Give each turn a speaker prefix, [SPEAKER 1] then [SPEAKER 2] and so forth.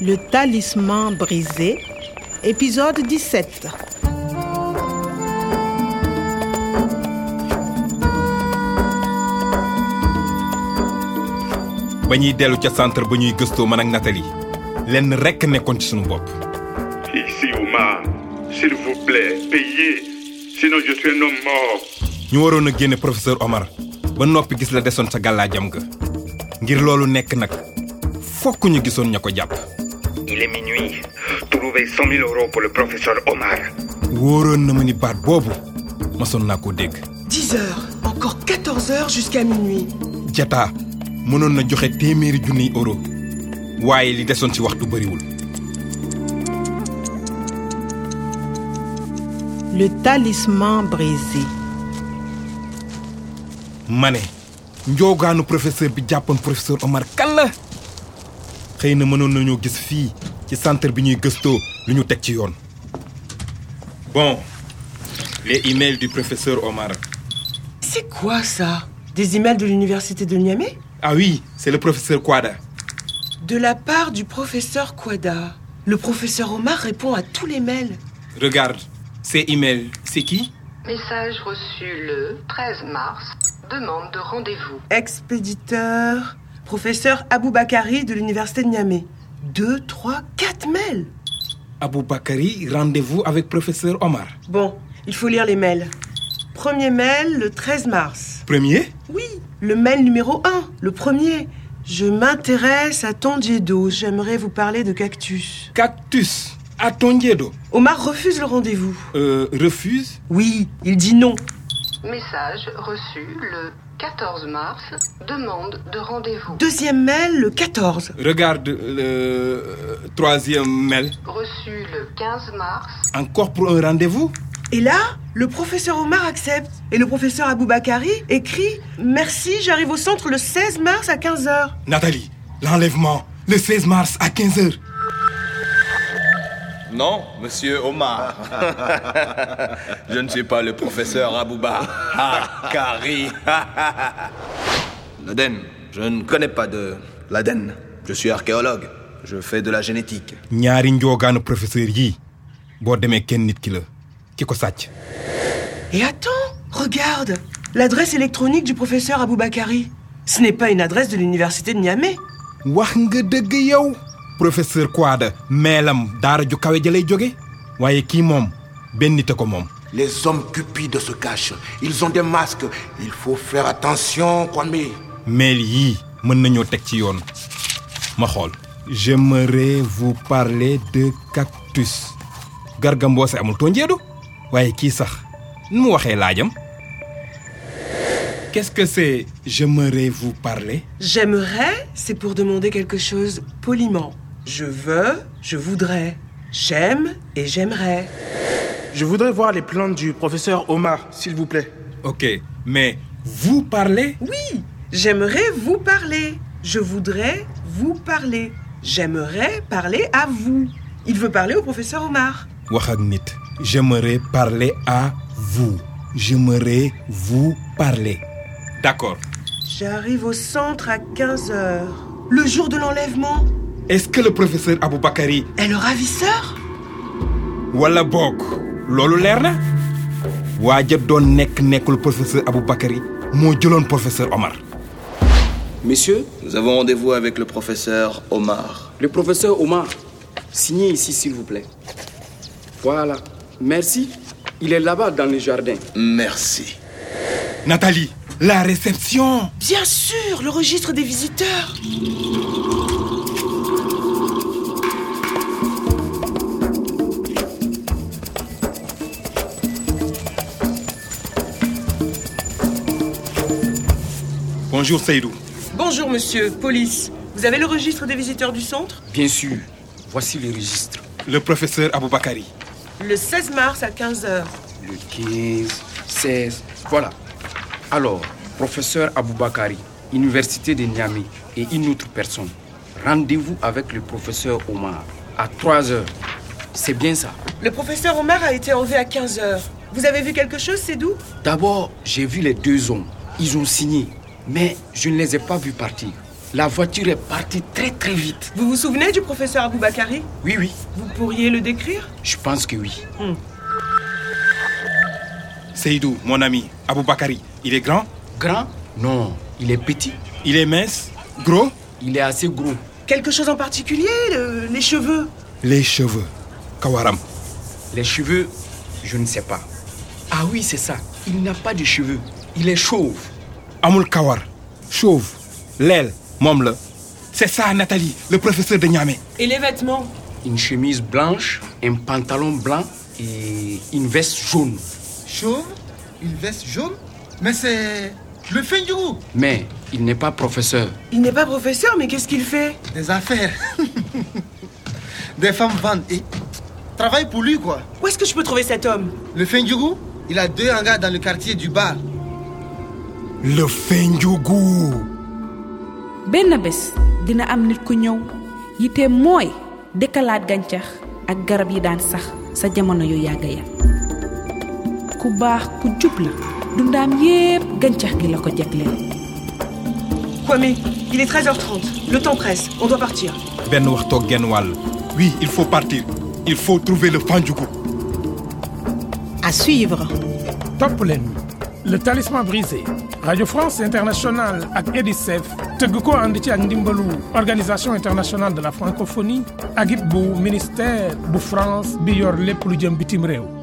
[SPEAKER 1] Le talisman brisé, épisode 17.
[SPEAKER 2] ba ñuy dellu ca centre ba ñuy gëstoo man ak Nathalie lenn rekk nekkoon ci sunu bopp
[SPEAKER 3] Ici, Oumar, s'il vous plaît, payez, sinon je suis un homme mort.
[SPEAKER 2] ñu waroon a génne professeur Omar ba noppi gis la desoon sa gàllaajam ga ngir loolu nekk nag fokk ñu gisoon ña ko jàpp
[SPEAKER 4] Il est minuit. Trouvez 100 000 euros pour le professeur Omar.
[SPEAKER 2] wóoroon na ma ni baat boobu masoon naa koo dégg
[SPEAKER 5] 10 heures, encore 14 heures jusqu'à minuit.
[SPEAKER 2] jataa mënoon na joxe téeméeri junniy euro waaye li desoon ci waxtu bariwul
[SPEAKER 1] Le talisman brisé.
[SPEAKER 2] ma ne njoogaanu professeur bi jàppoon professeur Omar kan la xëy na mënoon nañoo gis fii ci centre bi ñuy gëstoo lu ñu teg ci yoon bon les emails du professeur Omar
[SPEAKER 5] C'est quoi ça Des emails de l'université de Niamey
[SPEAKER 2] ah oui c'est le professeur Kwada
[SPEAKER 5] De la part du professeur Kwada. Le professeur Omar répond à tous les mails.
[SPEAKER 2] regarde ces emails c'est qui
[SPEAKER 6] Message reçu le 13 mars. Demande de rendez-vous.
[SPEAKER 5] Expéditeur, professeur Aboubakari de l'université de Niamey. 2, 3, 4 mails.
[SPEAKER 2] Aboubakari rendez-vous avec professeur Omar
[SPEAKER 5] Bon, il faut lire les mails. Premier mail le 13 mars.
[SPEAKER 2] premier
[SPEAKER 5] Oui, le mail numéro 1, le premier. Je m'intéresse à Tondiedo, j'aimerais vous parler de cactus.
[SPEAKER 2] cactus à Tondiedo
[SPEAKER 5] Omar refuse le rendez-vous.
[SPEAKER 2] euh, refuse
[SPEAKER 5] Oui, il dit non.
[SPEAKER 6] Message reçu le 14 mars. Demande de rendez-vous.
[SPEAKER 5] Deuxième mail le 14.
[SPEAKER 2] regarde le euh, troisième mail
[SPEAKER 6] Reçu le 15 mars.
[SPEAKER 2] encore pour un rendez-vous
[SPEAKER 5] Et là, le professeur Omar accepte. Et le professeur Aboubakari écrit Merci, j'arrive au centre le 16 mars à 15h.
[SPEAKER 2] Nathalie, l'enlèvement, le 16 mars à 15h.
[SPEAKER 7] Non, monsieur Omar. Je ne suis pas le professeur Abouba. Akari. L'Aden. Je ne connais pas de l'Aden. Je suis archéologue. Je fais de la génétique.
[SPEAKER 2] ñaari njoogaanu professeur yi boo demee kenn nit ki la ki ko sàcc
[SPEAKER 5] Et attends, regarde L'adresse électronique du professeur Aboubakari. Ce n'est pas une adresse de l'université de Niamey.
[SPEAKER 2] wax nga dëgg yow professeur Kouada meelam daara ju kawe ja lay jóge waaye kii moom benn nit a ko moom
[SPEAKER 8] Les hommes cupides se cachent. Ils ont des masques. Il faut faire attention, Kwame.
[SPEAKER 2] meel yii mën nañoo teg ci yoon ma xool j'aimerais vous parler de cactus garga mboose amul tonjeedu waaye kii sax nu mu waxee laajam qu'est-ce que c'est j'aimerais vous parler
[SPEAKER 5] J'aimerais, c'est pour demander quelque chose poliment. Je veux, je voudrais. J'aime et j'aimerais.
[SPEAKER 9] Je voudrais voir les plans du professeur Omar, s'il vous plaît.
[SPEAKER 2] Ok, mais vous parlez
[SPEAKER 5] Oui, j'aimerais vous parler. Je voudrais vous parler. J'aimerais parler à vous. Il veut parler au professeur Omar.
[SPEAKER 2] wax ak nit j'aimerais parler à vous j'aimerais vous parler d'accord
[SPEAKER 5] J'arrive au centre à 15h. Le jour de l'enlèvement.
[SPEAKER 2] est-ce que le professeur Aboubakari
[SPEAKER 5] Et le ravisseur
[SPEAKER 2] wala boog loolu leer na waa ja doon nekk nekkul professeur Aboubakari moo jëloon professeur Omar
[SPEAKER 10] Messieurs,
[SPEAKER 7] Nous avons rendez-vous avec le professeur Omar.
[SPEAKER 10] le professeur Omar, signez ici s'il vous plaît. Voilà, merci. Il est là-bas dans le jardin.
[SPEAKER 7] Merci.
[SPEAKER 2] Nathalie la réception
[SPEAKER 5] Bien sûr, le registre des visiteurs.
[SPEAKER 2] bonjour Seydou
[SPEAKER 5] Bonjour monsieur, police. Vous avez le registre des visiteurs du centre
[SPEAKER 10] Bien sûr, voici le registre.
[SPEAKER 2] le professeur Aboubakari
[SPEAKER 5] Le 16 mars à 15h.
[SPEAKER 10] Le 15, 16, voilà. Alors, professeur Aboubakari, Université de Niamey et une autre personne. Rendez-vous avec le professeur Omar à 3 heures. C'est bien ça.
[SPEAKER 5] Le professeur Omar a été enlevé à 15h. Vous avez vu quelque chose, c'est doux
[SPEAKER 10] D'abord, j'ai vu les deux hommes. Ils ont signé, mais je ne les ai pas vus partir. La voiture est partie très très vite.
[SPEAKER 5] Vous vous souvenez du professeur Aboubakari
[SPEAKER 10] Oui, oui,
[SPEAKER 5] Vous pourriez le décrire
[SPEAKER 10] je pense que oui.
[SPEAKER 2] Seydou, mon ami, Aboubakari, il est grand,
[SPEAKER 10] Grand Non, il est petit.
[SPEAKER 2] il est mince, gros.
[SPEAKER 10] Il est assez gros.
[SPEAKER 5] Quelque chose en particulier le- Les cheveux
[SPEAKER 2] Les cheveux. Kawaram.
[SPEAKER 10] Les cheveux, je ne sais pas. Ah oui, c'est ça. Il n'a pas de cheveux. Il est chauve.
[SPEAKER 2] Amul Kawar. Chauve. L'aile. Mom le. C'est ça, Nathalie, le professeur de Niamey.
[SPEAKER 5] Et les vêtements
[SPEAKER 10] Une chemise blanche, un pantalon blanc et une veste jaune.
[SPEAKER 11] Chauve, une veste jaune, mais c'est le fin du groupe
[SPEAKER 10] Mais il n'est pas professeur.
[SPEAKER 5] Il n'est pas professeur, mais qu'est-ce qu'il fait
[SPEAKER 11] des affaires. des femmes vendent et travaillent pour lui, quoi.
[SPEAKER 5] Où est-ce que je peux trouver cet homme
[SPEAKER 11] Le fin du groupe, il a deux hangars dans le quartier du bar.
[SPEAKER 2] Le Fendjougou.
[SPEAKER 12] benn bés dina am nit ku ñëw yiteem mooy dëkkalaat gàncax ak garab yi daan sax sa jamono yu yàgg ya ku baax ku jub la dundaam yépp gàncax gi la ko jagleel
[SPEAKER 5] Kwame, il est 13h30. Le temps presse, on doit partir.
[SPEAKER 2] Ben Wartok Genwal. Oui, il faut partir. Il faut trouver le Fendjougou.
[SPEAKER 1] À suivre.
[SPEAKER 13] Top leen le talisman brisé radio france internationale ak edicef tëgg ko ànd ci ak ndimbalu organisation internationale de la francophonie ak it bu ministère bu france bi yor lépp lu jëm bitim réew